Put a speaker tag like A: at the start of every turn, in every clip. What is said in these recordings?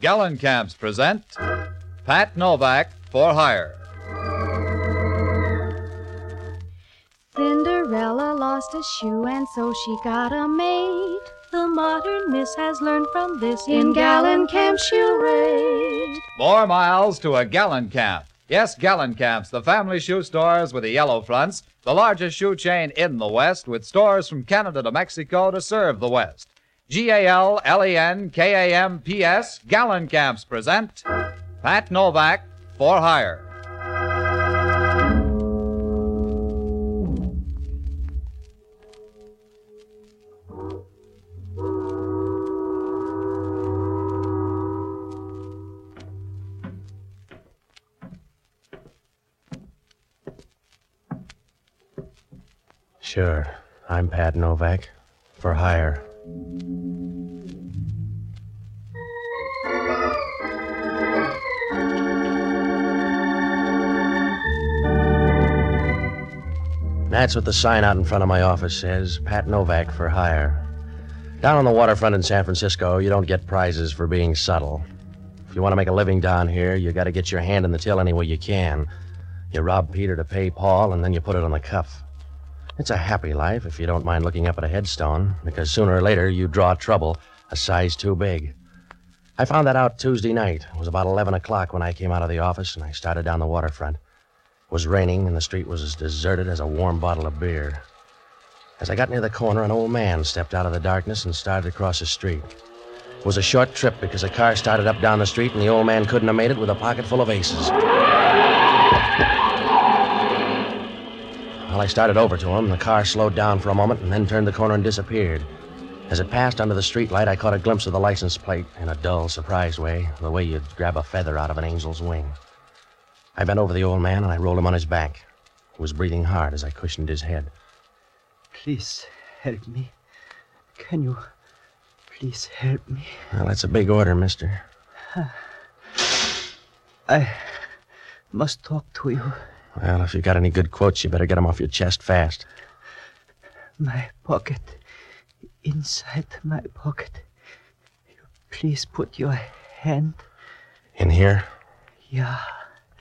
A: Gallon Camps present Pat Novak for Hire.
B: Cinderella lost a shoe and so she got a maid. The modern miss has learned from this in gallon camp she'll raid.
A: More miles to a gallon camp. Yes, Gallon Camps, the family shoe stores with the yellow fronts, the largest shoe chain in the West, with stores from Canada to Mexico to serve the West. G A L L E N K A M P S, Gallon Camps present Pat Novak for Hire.
C: Sure. I'm Pat Novak. For hire. That's what the sign out in front of my office says Pat Novak for hire. Down on the waterfront in San Francisco, you don't get prizes for being subtle. If you want to make a living down here, you got to get your hand in the till any way you can. You rob Peter to pay Paul, and then you put it on the cuff. It's a happy life if you don't mind looking up at a headstone, because sooner or later you draw trouble a size too big. I found that out Tuesday night. It was about 11 o'clock when I came out of the office and I started down the waterfront. It was raining and the street was as deserted as a warm bottle of beer. As I got near the corner, an old man stepped out of the darkness and started across the street. It was a short trip because a car started up down the street and the old man couldn't have made it with a pocket full of aces. Well, I started over to him. The car slowed down for a moment and then turned the corner and disappeared. As it passed under the streetlight, I caught a glimpse of the license plate in a dull, surprised way, the way you'd grab a feather out of an angel's wing. I bent over the old man and I rolled him on his back. He was breathing hard as I cushioned his head.
D: Please help me. Can you please help me?
C: Well, that's a big order, mister.
D: I must talk to you.
C: Well, if you got any good quotes, you better get 'em off your chest fast.
D: My pocket. Inside my pocket. You please put your hand.
C: In here?
D: Yeah.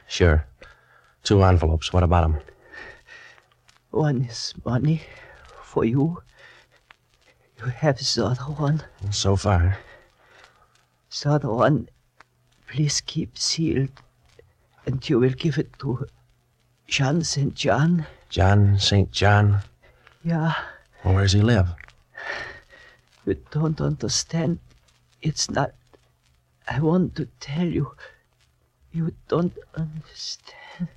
C: Sure. Two envelopes. What about 'em?
D: One is money for you. You have the other one.
C: So far.
D: The other one, please keep sealed. And you will give it to Jean St. John.
C: John, St. John.
D: Yeah.
C: Well, where's he live?
D: You don't understand. It's not. I want to tell you. You don't understand.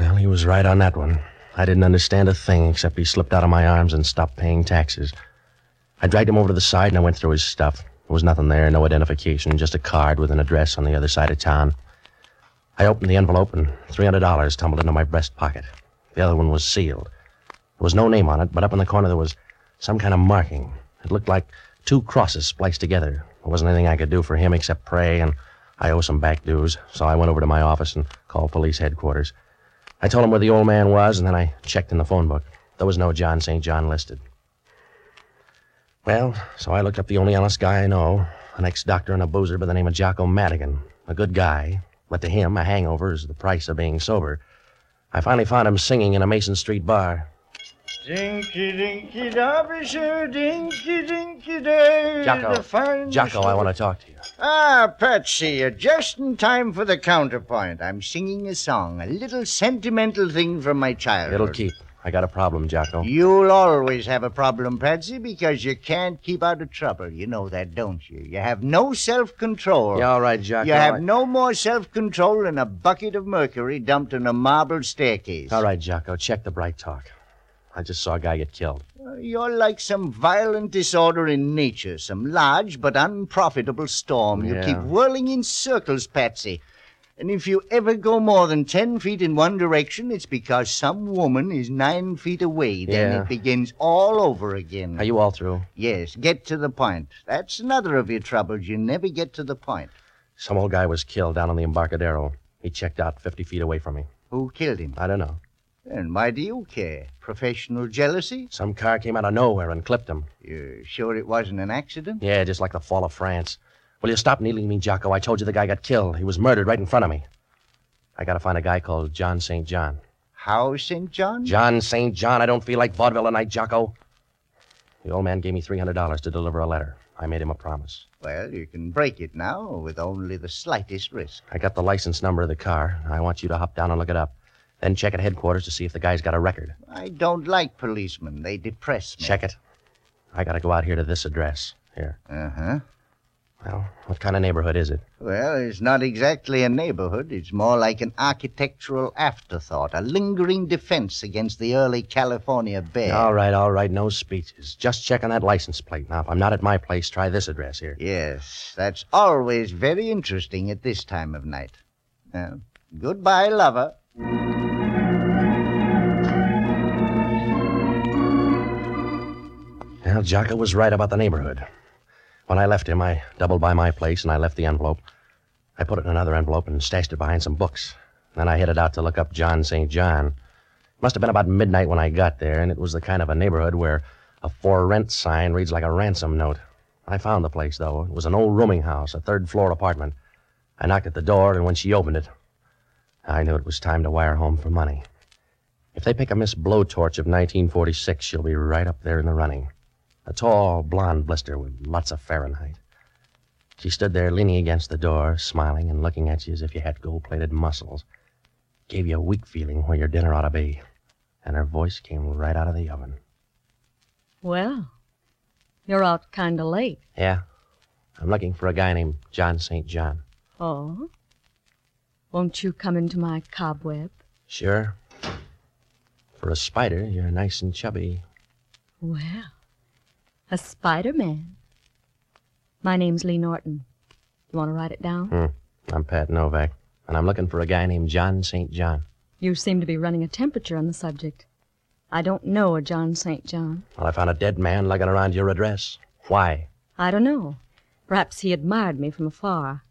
C: Well, he was right on that one. I didn't understand a thing except he slipped out of my arms and stopped paying taxes. I dragged him over to the side and I went through his stuff. There was nothing there, no identification, just a card with an address on the other side of town. I opened the envelope and $300 tumbled into my breast pocket. The other one was sealed. There was no name on it, but up in the corner there was some kind of marking. It looked like two crosses spliced together. There wasn't anything I could do for him except pray, and I owe some back dues, so I went over to my office and called police headquarters. I told him where the old man was, and then I checked in the phone book. There was no John St. John listed. Well, so I looked up the only honest guy I know, an ex doctor and a boozer by the name of Jocko Madigan. A good guy, but to him, a hangover is the price of being sober. I finally found him singing in a Mason Street bar.
E: Dinky dinky shoe, dinky dinky day.
C: Jocko,
E: The finest
C: Jocko, I
E: little-
C: want to talk to you.
E: Ah, Patsy, you're just in time for the counterpoint. I'm singing a song, a little sentimental thing from my childhood.
C: It'll keep. I got a problem, Jocko.
E: You'll always have a problem, Patsy, because you can't keep out of trouble. You know that, don't you? You have no self control.
C: Yeah, all right, Jocko.
E: You have
C: I-
E: no more self control than a bucket of mercury dumped in a marble staircase.
C: All right, Jocko, check the bright talk. I just saw a guy get killed.
E: You're like some violent disorder in nature, some large but unprofitable storm. You
C: Yeah.
E: keep whirling in circles, Patsy. And if you ever go more than ten feet in one direction, it's because some woman is nine feet away. Then
C: Yeah.
E: it begins all over again.
C: Are you all through?
E: Yes, get to the point. That's another of your troubles. You never get to the point.
C: Some old guy was killed down on the Embarcadero. He checked out 50 feet away from me.
E: Who killed him?
C: I don't know.
E: And why do you care? Professional jealousy?
C: Some car came out of nowhere and clipped him.
E: You're sure it wasn't an accident?
C: Yeah, just like the fall of France. Will you stop needling me, Jocko? I told you the guy got killed. He was murdered right in front of me. I gotta find a guy called John St. John.
E: How, St. John?
C: John St. John, I don't feel like vaudeville tonight, Jocko. The old man gave me $300 to deliver a letter. I made him a promise.
E: Well, you can break it now with only the slightest risk.
C: I got the license number of the car. I want you to hop down and look it up. Then check at headquarters to see if the guy's got a record.
E: I don't like policemen. They depress me.
C: Check it. I gotta go out here to this address. Here.
E: Uh huh.
C: Well, what kind of neighborhood is it?
E: Well, it's not exactly a neighborhood. It's more like an architectural afterthought, a lingering defense against the early California bear.
C: All right, all right, no speeches. Just check on that license plate. Now, if I'm not at my place, try this address here.
E: Yes, that's always very interesting at this time of night. Well, goodbye, lover.
C: Well, Jocko was right about the neighborhood. When I left him, I doubled by my place and I left the envelope. I put it in another envelope and stashed it behind some books. Then I headed out to look up John St. John. It must have been about midnight when I got there, and it was the kind of a neighborhood where a for rent sign reads like a ransom note. I found the place, though. It was an old rooming house, a third floor apartment. I knocked at the door, and when she opened it, I knew it was time to wire home for money. If they pick a Miss Blowtorch of 1946, she'll be right up there in the running. A tall, blonde blister with lots of Fahrenheit. She stood there leaning against the door, smiling and looking at you as if you had gold plated muscles. Gave you a weak feeling where your dinner ought to be. And her voice came right out of the oven.
F: Well, you're out kind of late.
C: Yeah, I'm looking for a guy named John St. John.
F: Oh? Won't you come into my cobweb?
C: Sure. For a spider, you're nice and chubby.
F: Well, a Spider Man. My name's Lee Norton. You want to write it down?
C: Hmm, I'm Pat Novak, and I'm looking for a guy named John St. John.
F: You seem to be running a temperature on the subject. I don't know a John St. John.
C: Well, I found a dead man lugging around your address. Why?
F: I don't know. Perhaps he admired me from afar,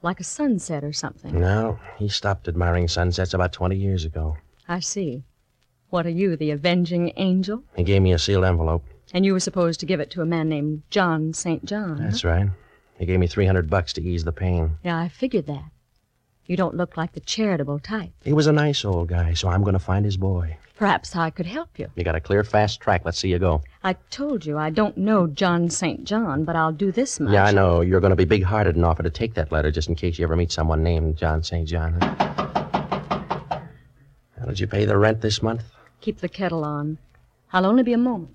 F: like a sunset or something.
C: No, he stopped admiring sunsets about 20 years ago.
F: I see. What are you, the avenging angel?
C: He gave me a sealed envelope.
F: And you were supposed to give it to a man named John St. John. huh?
C: That's right. He gave me 300 bucks to ease the pain.
F: Yeah, I figured that. You don't look like the charitable type.
C: He was a nice old guy, so I'm going to find his boy.
F: Perhaps I could help you.
C: You got a clear, fast track. Let's see you go.
F: I told you I don't know John St. John, but I'll do this much.
C: Yeah, I know. You're going to be big hearted and offer to take that letter just in case you ever meet someone named John St. John. Huh? How did you pay the rent this month?
F: Keep the kettle on. I'll only be a moment.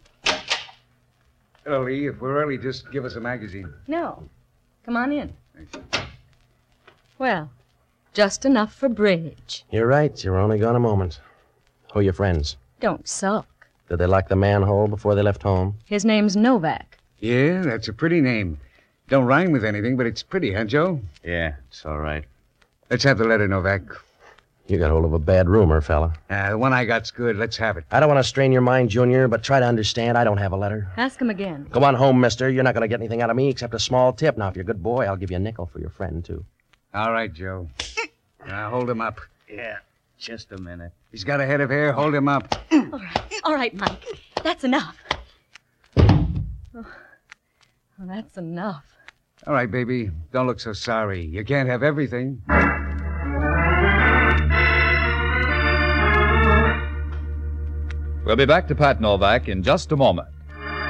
G: Hello, Lee. If we're early, just give us a magazine.
F: No. Come on in. Well, just enough for bridge.
C: You're right. You were only gone a moment. Who are your friends?
F: Don't sulk.
C: Did they lock the manhole before they left home?
F: His name's Novak.
G: Yeah, that's a pretty name. Don't rhyme with anything, but it's pretty, huh, Joe?
H: Yeah, it's all right.
G: Let's have the letter, Novak.
C: You got hold of a bad rumor, fella.
G: Uh, the one I got's good. Let's have it.
C: I don't want to strain your mind, Junior, but try to understand. I don't have a letter.
F: Ask him again.
C: Go on home, mister. You're not going to get anything out of me except a small tip. Now, if you're a good boy, I'll give you a nickel for your friend, too.
G: All right, Joe. Now hold him up.
H: Yeah, just a minute.
G: He's got a head of hair. Hold him up.
F: All right, Mike. That's enough. Oh, that's enough.
G: All right, baby. Don't look so sorry. You can't have everything.
A: We'll be back to Pat Novak in just a moment. Have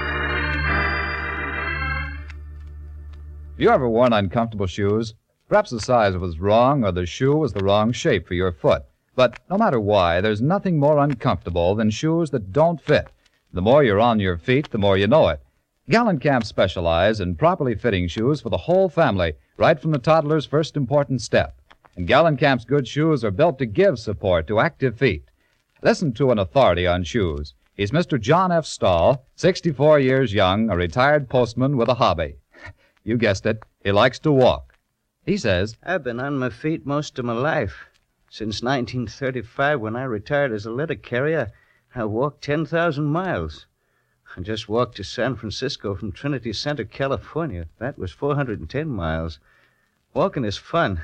A: you ever worn uncomfortable shoes? Perhaps the size was wrong or the shoe was the wrong shape for your foot. But no matter why, there's nothing more uncomfortable than shoes that don't fit. The more you're on your feet, the more you know it. Gallencamp specialize in properly fitting shoes for the whole family, right from the toddler's first important step. And Gallencamp's good shoes are built to give support to active feet. Listen to an authority on shoes. He's Mr. John F. Stahl, 64 years young, a retired postman with a hobby. You guessed it. He likes to walk. He says,
I: I've been on my feet most of my life. Since 1935, when I retired as a letter carrier, I walked 10,000 miles. I just walked to San Francisco from Trinity Center, California. That was 410 miles. Walking is fun,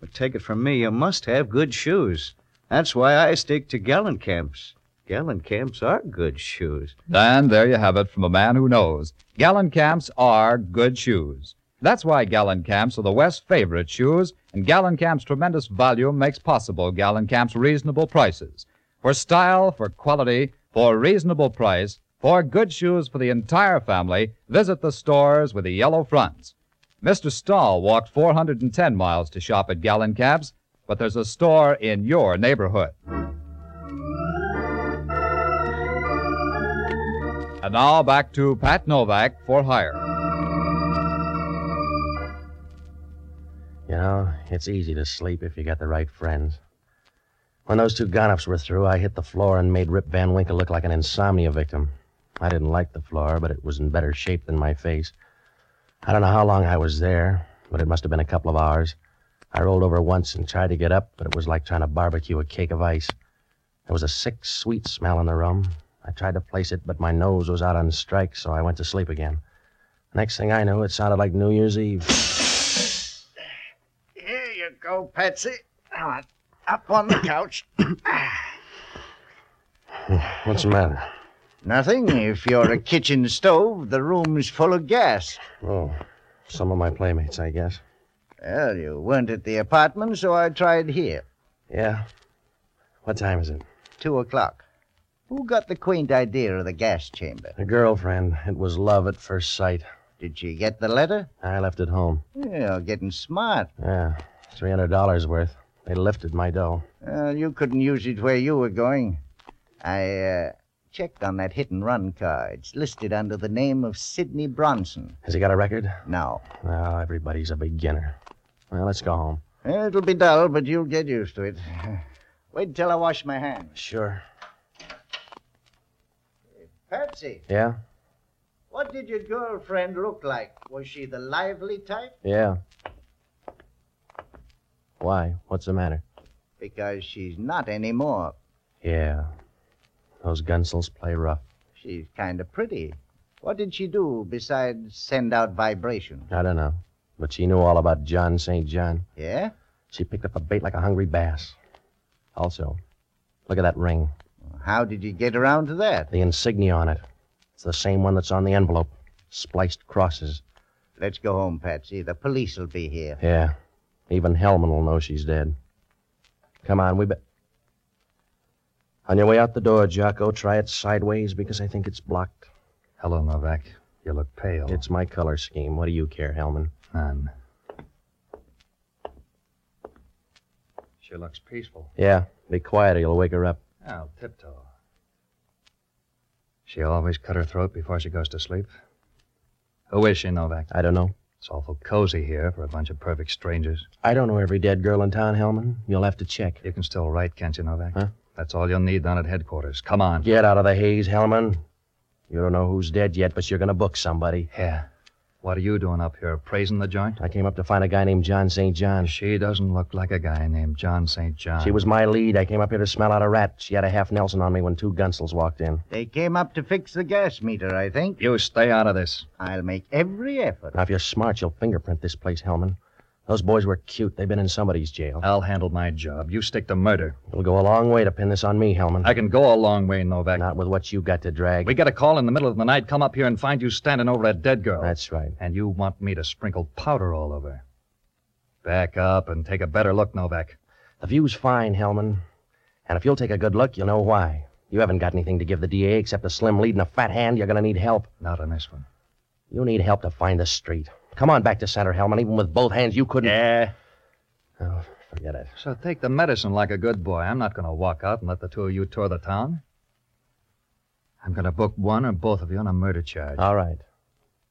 I: but take it from me, you must have good shoes. That's why I stick to gallon camps. Gallon camps are good shoes.
A: And there you have it from a man who knows. Gallencamp's are good shoes. That's why Gallenkamps are the West's favorite shoes, and Gallenkamp's tremendous volume makes possible Gallenkamp's reasonable prices. For style, for quality, for reasonable price, for good shoes for the entire family, visit the stores with the yellow fronts. Mr. Stahl walked 410 miles to shop at Gallenkamp's, but there's a store in your neighborhood. And now back to Pat Novak for hire.
C: You know, it's easy to sleep if you got the right friends. When those two gonops were through, I hit the floor and made Rip Van Winkle look like an insomnia victim. I didn't like the floor, but it was in better shape than my face. I don't know how long I was there, but it must have been a couple of hours. I rolled over once and tried to get up, but it was like trying to barbecue a cake of ice. There was a sick, sweet smell in the room. I tried to place it, but my nose was out on strike, so I went to sleep again. Next thing I knew, it sounded like New Year's Eve.
E: Here you go, Patsy. Now, I'm up on the couch.
C: What's the matter?
E: Nothing. If you're a kitchen stove, the room's full of gas.
C: Oh, some of my playmates, I guess.
E: Well, you weren't at the apartment, so I tried here.
C: Yeah. What time is it?
E: Two o'clock. Who got the quaint idea of the gas chamber?
C: A girlfriend. It was love at first sight.
E: Did she get the letter?
C: I left it home.
E: You're getting smart.
C: Yeah, three hundred dollars worth. They lifted my dough.
E: Well, you couldn't use it where you were going. I uh, checked on that hit and run car. It's listed under the name of Sidney Bronson.
C: Has he got a record?
E: Now,
C: Well, everybody's a beginner. Well, let's go home.
E: it'll be dull, but you'll get used to it. Wait till I wash my hands.
C: Sure.
E: Patsy,
C: Yeah?
E: what did your girlfriend look like? Was she the lively type?
C: Yeah. Why? What's the matter?
E: Because she's not anymore.
C: Yeah. Those gunsels play rough.
E: She's kind of pretty. What did she do besides send out vibrations?
C: I don't know. But she knew all about John St. John.
E: Yeah?
C: She picked up a bait like a hungry bass. Also, look at that ring.
E: How did you get around to that?
C: The insignia on it. It's the same one that's on the envelope. Spliced crosses.
E: Let's go home, Patsy. The police will be here.
C: Yeah. Even Hellman will know she's dead. Come on, we bet. On your way out the door, Jocko, try it sideways because I think it's blocked.
J: Hello, Novak. You look pale.
C: It's my color scheme. What do you care, Hellman?
J: none. She looks peaceful.
C: Yeah, be quiet or you'll wake her up.
J: Now, tiptoe. She always cut her throat before she goes to sleep. Who is she, Novak?
C: I don't know.
J: It's awful cozy here for a bunch of perfect strangers.
C: I don't know every dead girl in town, Hellman. You'll have to check.
J: You can still write, can't you, Novak?
C: Huh?
J: That's all you'll need down at headquarters. Come on.
C: Get out of the haze, Hellman. You don't know who's dead yet, but you're going to book somebody.
J: Yeah. What are you doing up here, appraising the joint?
C: I came up to find a guy named John St. John.
J: She doesn't look like a guy named John St. John.
C: She was my lead. I came up here to smell out a rat. She had a half Nelson on me when two gunsels walked in.
E: They came up to fix the gas meter, I think.
J: You stay out of this.
E: I'll make every effort.
C: Now, if you're smart, you'll fingerprint this place, Hellman. Those boys were cute. They've been in somebody's jail.
J: I'll handle my job. You stick to murder.
C: It'll go a long way to pin this on me, Hellman.
J: I can go a long way, Novak.
C: Not with what you got to drag.
J: We get a call in the middle of the night, come up here and find you standing over a dead girl.
C: That's right.
J: And you want me to sprinkle powder all over. Back up and take a better look, Novak.
C: The view's fine, Hellman. And if you'll take a good look, you'll know why. You haven't got anything to give the DA except a slim lead and a fat hand. You're going to need help.
J: Not on this one.
C: You need help to find the street. Come on back to center, Hellman. Even with both hands, you couldn't.
J: Yeah.
C: Oh, forget it.
J: So take the medicine like a good boy. I'm not going to walk out and let the two of you tour the town. I'm going to book one or both of you on a murder charge.
C: All right.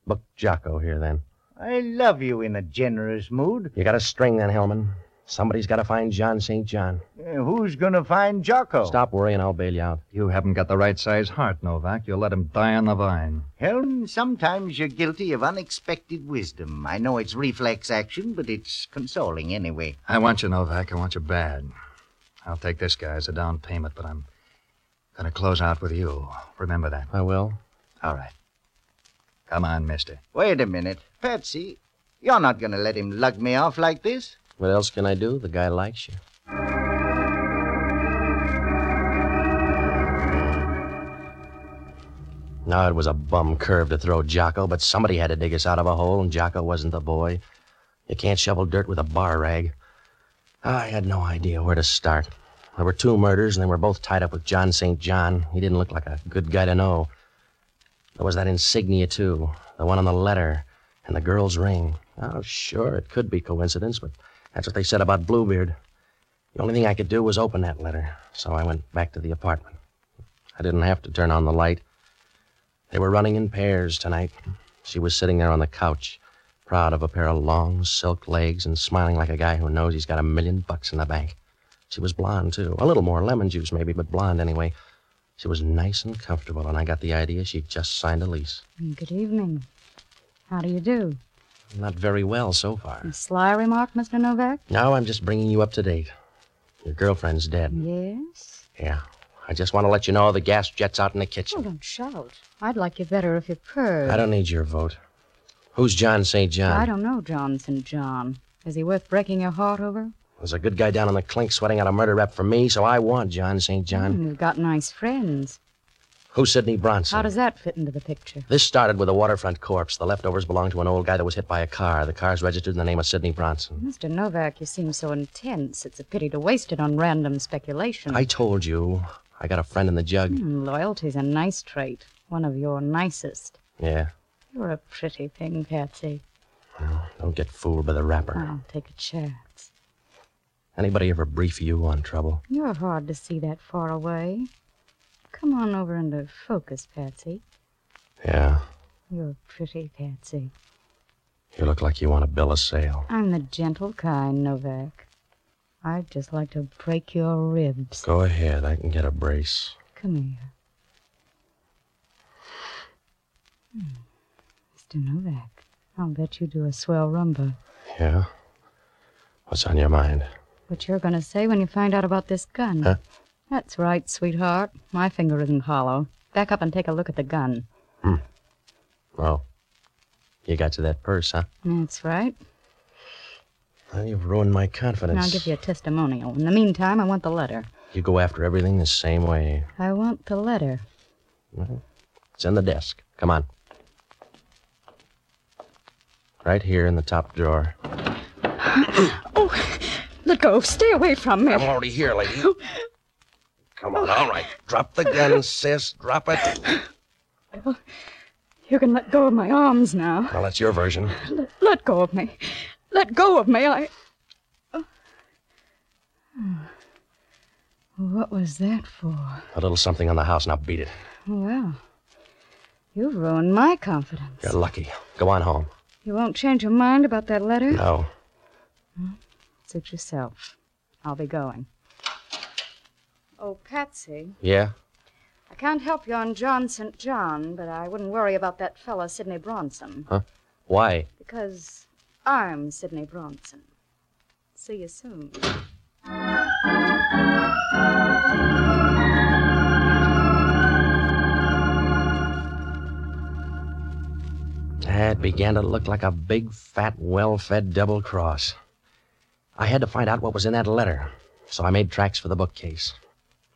C: Book Jocko here, then.
E: I love you in a generous mood.
C: You got a string, then, Hellman. Somebody's got to find John St. John.
E: Uh, Who's going to find Jocko?
C: Stop worrying. I'll bail you out.
J: you haven't got the right size heart, Novak. You'll let him die on the vine.
E: Helm, sometimes you're guilty of unexpected wisdom. I know it's reflex action, but it's consoling anyway.
J: I want you, Novak. I want you bad. I'll take this guy as a down payment, but I'm going to close out with you. Remember that.
C: I will.
J: All right. Come on, mister.
E: Wait a minute. Patsy, you're not going to let him lug me off like this.
C: What else can I do? The guy likes you. Now it was a bum curve to throw Jocko, but somebody had to dig us out of a hole, and Jocko wasn't the boy. You can't shovel dirt with a bar rag. I had no idea where to start. There were two murders, and they were both tied up with John St. John. He didn't look like a good guy to know. There was that insignia, too, the one on the letter, and the girl's ring. Oh, sure, it could be coincidence, but that's what they said about Bluebeard. The only thing I could do was open that letter, so I went back to the apartment. I didn't have to turn on the light. They were running in pairs tonight. She was sitting there on the couch, proud of a pair of long silk legs and smiling like a guy who knows he's got a million bucks in the bank. She was blonde, too. A little more lemon juice, maybe, but blonde anyway. She was nice and comfortable, and I got the idea she'd just signed a lease.
F: Good evening. How do you do?
C: Not very well so far.
F: A sly remark, Mr. Novak?
C: Now I'm just bringing you up to date. Your girlfriend's dead.
F: Yes?
C: Yeah. I just want to let you know the gas jet's out in the kitchen.
F: Oh, don't shout. I'd like you better if you purred.
C: I don't need your vote. Who's John St. John?
F: I don't know, Johnson John. Is he worth breaking your heart over?
C: There's a good guy down on the clink sweating out a murder rap for me, so I want John St. John.
F: Hmm, you've got nice friends.
C: Who's Sidney Bronson?
F: How does that fit into the picture?
C: This started with a waterfront corpse. The leftovers belonged to an old guy that was hit by a car. The car's registered in the name of Sidney Bronson.
F: Mr. Novak, you seem so intense. It's a pity to waste it on random speculation.
C: I told you, I got a friend in the jug.
F: Hmm, loyalty's a nice trait, one of your nicest.
C: Yeah,
F: You're a pretty thing, Patsy.
C: don't get fooled by the rapper.
F: I'll take a chance.
C: Anybody ever brief you on trouble?
F: You're hard to see that far away. Come on over into focus, Patsy.
C: Yeah,
F: You're pretty, Patsy.
C: you look like you want to bill a sale.
F: I'm the gentle kind, Novak. I'd just like to break your ribs.
C: Go ahead, I can get a brace.
F: Come here. Hmm. Mr. Novak, I'll bet you do a swell rumba.
C: Yeah? What's on your mind?
F: What you're going to say when you find out about this gun.
C: Huh?
F: That's right, sweetheart. My finger isn't hollow. Back up and take a look at the gun.
C: Oh, you got to that purse, huh?
F: That's right.
C: Well, you've ruined my
F: And
C: confidence.
F: I'll give you a testimonial. In the meantime, I want the letter.
C: You go after everything the same way.
F: I want the letter.
C: Well, It's in the desk. Come on. Right here in the top drawer.
F: Oh, Let go. Stay away from me.
C: I'm already here, lady. Come on, all right. Drop the gun, sis. Drop it.
F: You can let go of my arms now.
C: Well, that's your version.
F: Let, let go of me. Let go of me. I. Oh. What was that for?
C: A little something on the house. Now beat it.
F: Well, you've ruined my confidence.
C: You're lucky. Go on home.
F: You won't change your mind about that letter?
C: No.
F: Suit yourself. I'll be going. Oh, Patsy,
C: Yeah?
F: I can't help you on John St. John, but I wouldn't worry about that fella, Sidney Bronson,
C: Why?
F: because I'm Sidney Bronson. See you soon.
C: That began to look like a big, fat, well fed double cross. I had to find out what was in that letter, so I made tracks for the bookcase.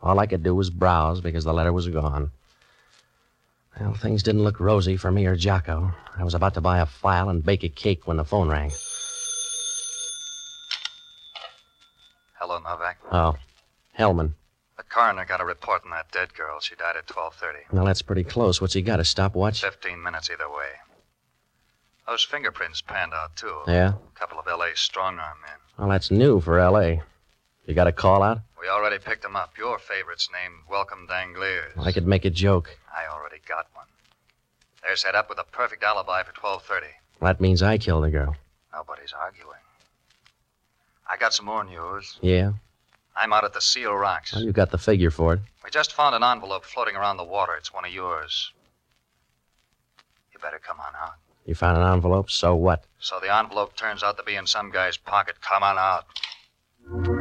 C: All I could do was browse because the letter was gone. Well, things didn't look rosy for me or Jocko. I was about to buy a file and bake a cake when the phone rang.
J: Hello, Novak.
C: Oh, Hellman.
J: The coroner got a report on that dead girl. She died at 12.30.
C: Now that's pretty close. What's he got? A stopwatch?
J: Fifteen minutes either way. Those fingerprints panned out, too.
C: Yeah?
J: A couple of L.A. strong arm men.
C: Well, that's new for L.A. You got a call out?
J: We already picked them up. Your favorite's named Welcome Dangliers.
C: I could make a joke.
J: I already got one. They're set up with a perfect alibi for 12.30.
C: That means I killed the girl.
J: Nobody's arguing. I got some more news.
C: Yeah?
J: I'm out at the Seal Rocks.
C: Well, you got the figure for it.
J: We just found an envelope floating around the water. It's one of yours. You better come on out.
C: You found an envelope, so what?
J: So the envelope turns out to be in some guy's pocket. Come on out.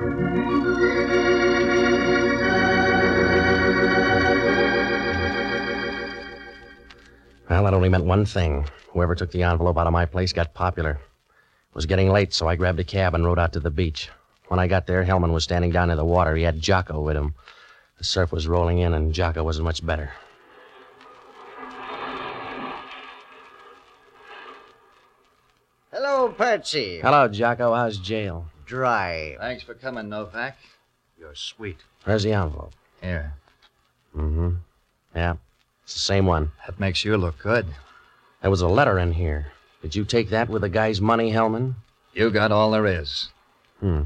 C: Well, that only meant one thing. Whoever took the envelope out of my place got popular. It was getting late, so I grabbed a cab and rode out to the beach. When I got there, Hellman was standing down in the water. He had Jocko with him. The surf was rolling in, and Jocko wasn't much better.
E: Hello, Patsy.
C: Hello, Jocko. How's jail?
E: Dry.
J: Thanks for coming, Novak.
K: You're sweet.
C: Where's the envelope?
J: Here.
C: Mm-hmm. Yeah. It's the same one.
J: That makes you look good.
C: There was a letter in here. Did you take that with the guy's money, Hellman?
J: You got all there is.
C: Hmm.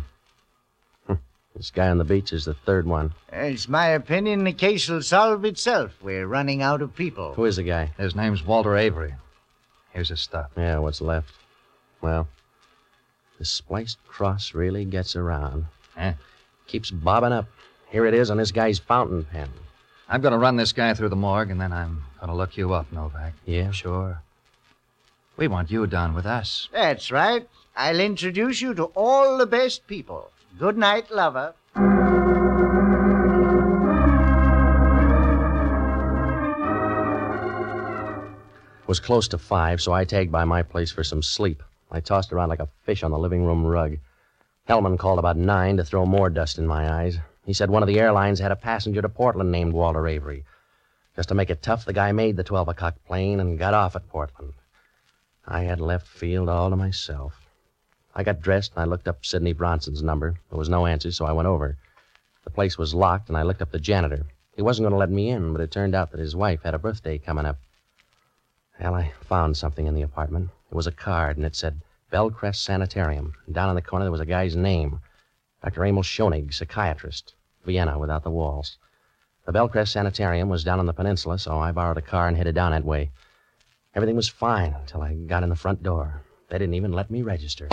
C: Hmm. This guy on the beach is the third one.
E: It's my opinion the case will solve itself. We're running out of people.
C: Who is the guy?
J: His name's Walter Avery. Here's his stuff.
C: Yeah, what's left? Well, the spliced cross really gets around.
J: Eh?
C: Keeps bobbing up. Here it is on this guy's fountain pen.
J: I'm going to run this guy through the morgue, and then I'm going to look you up, Novak.
C: Yeah?
J: Sure. We want you down with us.
E: That's right. I'll introduce you to all the best people. Good night, lover.
C: was close to five, so I tagged by my place for some sleep. I tossed around like a fish on the living room rug. Hellman called about nine to throw more dust in my eyes. He said one of the airlines had a passenger to Portland named Walter Avery. Just to make it tough, the guy made the 12 o'clock plane and got off at Portland. I had left field all to myself. I got dressed and I looked up Sidney Bronson's number. There was no answer, so I went over. The place was locked, and I looked up the janitor. He wasn't going to let me in, but it turned out that his wife had a birthday coming up. Well, I found something in the apartment. It was a card, and it said Bellcrest Sanitarium. And down in the corner there was a guy's name. Dr. Emil Schoenig, psychiatrist. Vienna without the walls. The Bellcrest Sanitarium was down on the peninsula, so I borrowed a car and headed down that way. Everything was fine until I got in the front door. They didn't even let me register.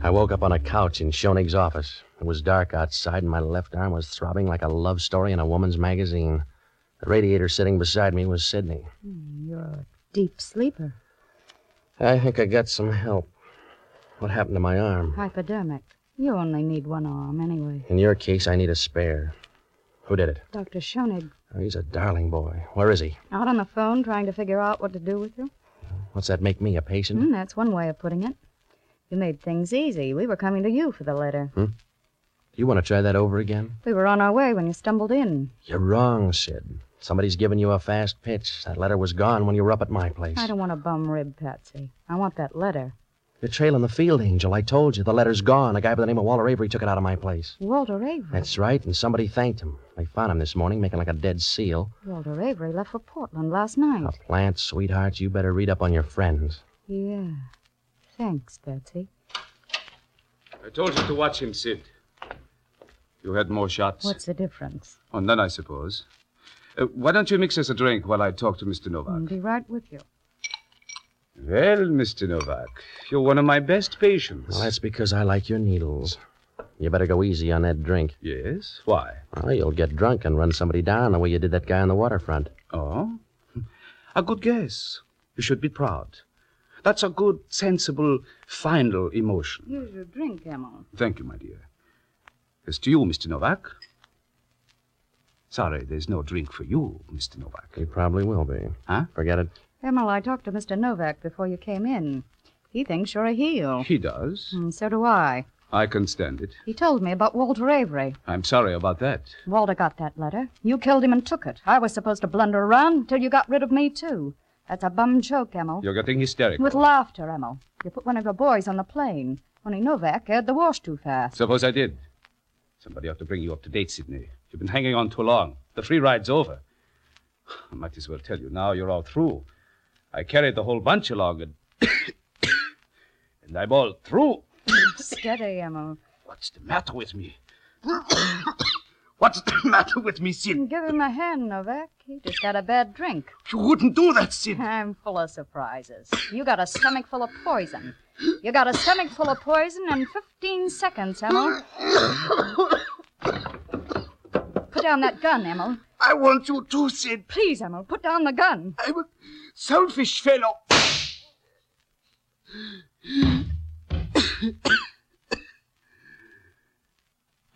C: I woke up on a couch in Schonig's office. It was dark outside, and my left arm was throbbing like a love story in a woman's magazine. The radiator sitting beside me was Sidney.
L: You're a deep sleeper.
C: I think I got some help. What happened to my arm?
F: Hypodermic. You only need one arm anyway.
C: In your case, I need a spare. Who did it?
F: Dr. Schoenig,
C: Oh, he's a darling boy. Where is he?
F: out on the phone trying to figure out what to do with you?
C: What's that make me, a patient?
F: Hmm, that's one way of putting it. You made things easy. We were coming to you for the letter.
C: You want to try that over again?
F: We were on our way when you stumbled in.
C: You're wrong, Sid. Somebody's giving you a fast pitch. That letter was gone when you were up at my place.
F: I don't want a bum rib, Patsy. I want that letter.
C: You're trailing the field angel. I told you. The letter's gone. A guy by the name of Walter Avery took it out of my place.
F: Walter Avery.
C: That's right, and somebody thanked him. They found him this morning making like a dead seal.
F: Walter Avery left for Portland last night.
C: Plant, sweetheart, you better read up on your friends.
F: Yeah. Thanks, Patsy.
M: I told you to watch him, Sid. You had more shots?
F: What's the difference?
M: Oh, none, I suppose. Uh, why don't you mix us a drink while I talk to Mr. Novak?
F: I'll be right with you.
M: Well, Mr. Novak, you're one of my best patients.
C: Well, that's because I like your needles. You better go easy on that drink.
M: Yes? Why?
C: Oh, you'll get drunk and run somebody down the way you did that guy on the waterfront.
M: Oh? A good guess. You should be proud. That's a good, sensible, final emotion.
F: Here's your drink, Emil.
M: Thank you, my dear. As to you, Mr. Novak. Sorry, there's no drink for you, Mr. Novak.
C: He probably will be.
M: Huh?
C: Forget it.
F: Emil, I talked to Mr. Novak before you came in. He thinks you're a heel.
M: He does.
F: And so do I.
M: I can stand it.
F: He told me about Walter Avery.
M: I'm sorry about that.
F: Walter got that letter. You killed him and took it. I was supposed to blunder around until you got rid of me, too. That's a bum joke, Emil.
M: You're getting hysterical.
F: With laughter, Emil. You put one of your boys on the plane. Only Novak aired the wash too fast.
M: Suppose I did. Somebody ought to bring you up to date, Sidney. You've been hanging on too long. The free ride's over. I might as well tell you now you're all through. I carried the whole bunch along and. and I'm all through.
F: Steady, Emil.
M: What's the matter with me? What's the matter with me, Sid?
F: Give him a hand, Novak. He just had a bad drink.
M: You wouldn't do that, Sid.
F: I'm full of surprises. You got a stomach full of poison. You got a stomach full of poison in 15 seconds, Emil. Put down that gun, Emil.
M: I want you to, Sid.
F: Please, Emil, put down the gun.
M: I'm a selfish fellow.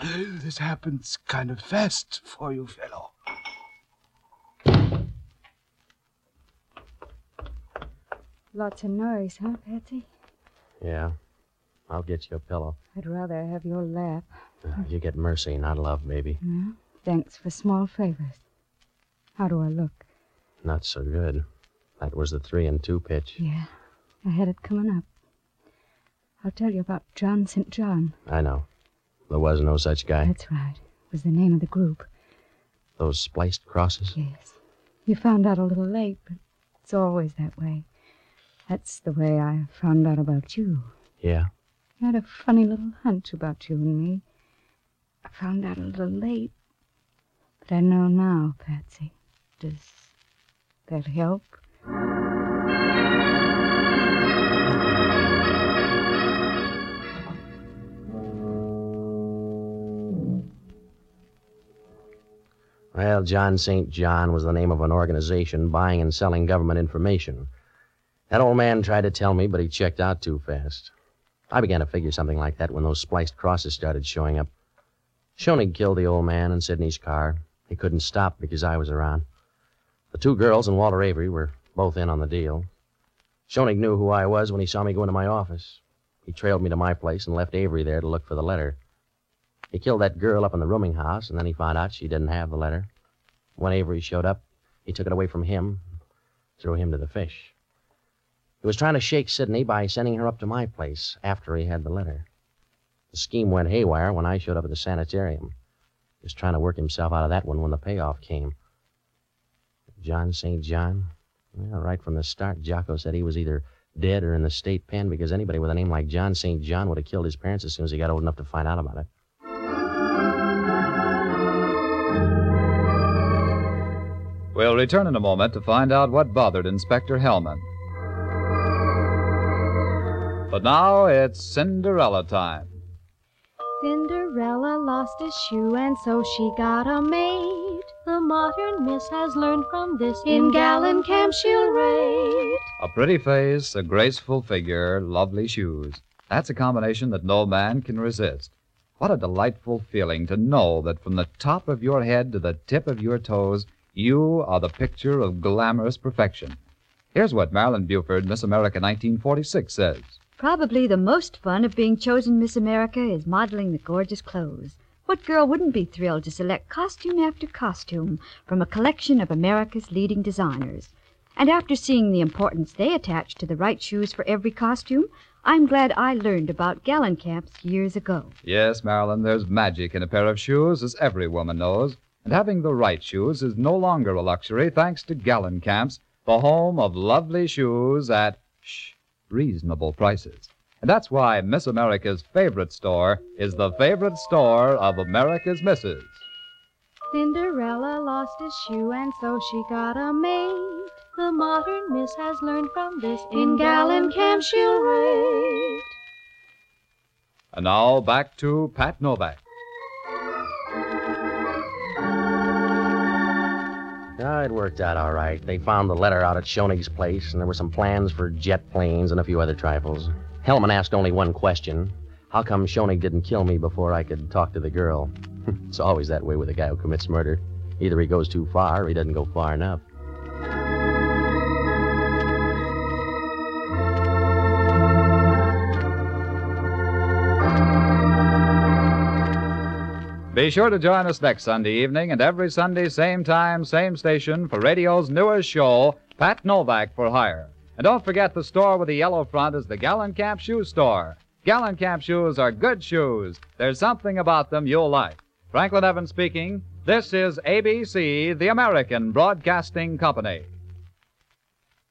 M: this happens kind of fast for you, fellow.
F: Lots of noise, huh, Patsy?
C: Yeah. I'll get you a pillow.
F: I'd rather have your laugh.
C: Uh, You get mercy, not love, baby.
F: Yeah? Thanks for small favors. How do I look?
C: Not so good. That was the three and two pitch.
F: Yeah, I had it coming up. I'll tell you about John St. John.
C: I know. There was no such guy.
F: That's right. Was the name of the group.
C: Those spliced crosses?
F: Yes. You found out a little late, but it's always that way. That's the way I found out about you.
C: Yeah.
F: I had a funny little hunch about you and me. I found out a little late, but I know now, Patsy. Does that help?
C: Well, John St. John was the name of an organization buying and selling government information. That old man tried to tell me, but he checked out too fast. I began to figure something like that when those spliced crosses started showing up. Shonig killed the old man in Sidney's car. He couldn't stop because I was around. The two girls and Walter Avery were both in on the deal. Shonig knew who I was when he saw me go into my office. He trailed me to my place and left Avery there to look for the letter. He killed that girl up in the rooming house, and then he found out she didn't have the letter. When Avery showed up, he took it away from him, threw him to the fish. He was trying to shake Sidney by sending her up to my place after he had the letter. The scheme went haywire when I showed up at the sanitarium. He was trying to work himself out of that one when the payoff came. John St. John? Well, right from the start, Jocko said he was either dead or in the state pen because anybody with a name like John St. John would have killed his parents as soon as he got old enough to find out about it.
A: We'll return in a moment to find out what bothered Inspector Hellman. But now it's Cinderella time.
B: Cinderella lost a shoe and so she got a maid. The modern miss has learned from this. In gallant camp she'll raid.
A: A pretty face, a graceful figure, lovely shoes. That's a combination that no man can resist. What a delightful feeling to know that from the top of your head to the tip of your toes, you are the picture of glamorous perfection. Here's what Marilyn Buford, Miss America 1946, says.
L: Probably the most fun of being chosen Miss America is modeling the gorgeous clothes. What girl wouldn't be thrilled to select costume after costume from a collection of America's leading designers? And after seeing the importance they attach to the right shoes for every costume, I'm glad I learned about gallon camps years ago.
A: Yes, Marilyn, there's magic in a pair of shoes, as every woman knows. And having the right shoes is no longer a luxury thanks to Gallon Camps, the home of lovely shoes at shh, reasonable prices. And that's why Miss America's favorite store is the favorite store of America's Misses.
B: Cinderella lost a shoe and so she got a maid. The modern miss has learned from this. In gallant camp she'll raid.
A: And now back to Pat Novak.
C: No, it worked out all right. They found the letter out at Schonig's place, and there were some plans for jet planes and a few other trifles. Hellman asked only one question How come Schoenig didn't kill me before I could talk to the girl? it's always that way with a guy who commits murder. Either he goes too far or he doesn't go far enough.
A: Be sure to join us next Sunday evening and every Sunday, same time, same station, for radio's newest show, Pat Novak for Hire. And don't forget the store with the yellow front is the Gallon Camp Shoe Store. Gallon Camp shoes are good shoes. There's something about them you'll like. Franklin Evans speaking. This is ABC, the American Broadcasting Company.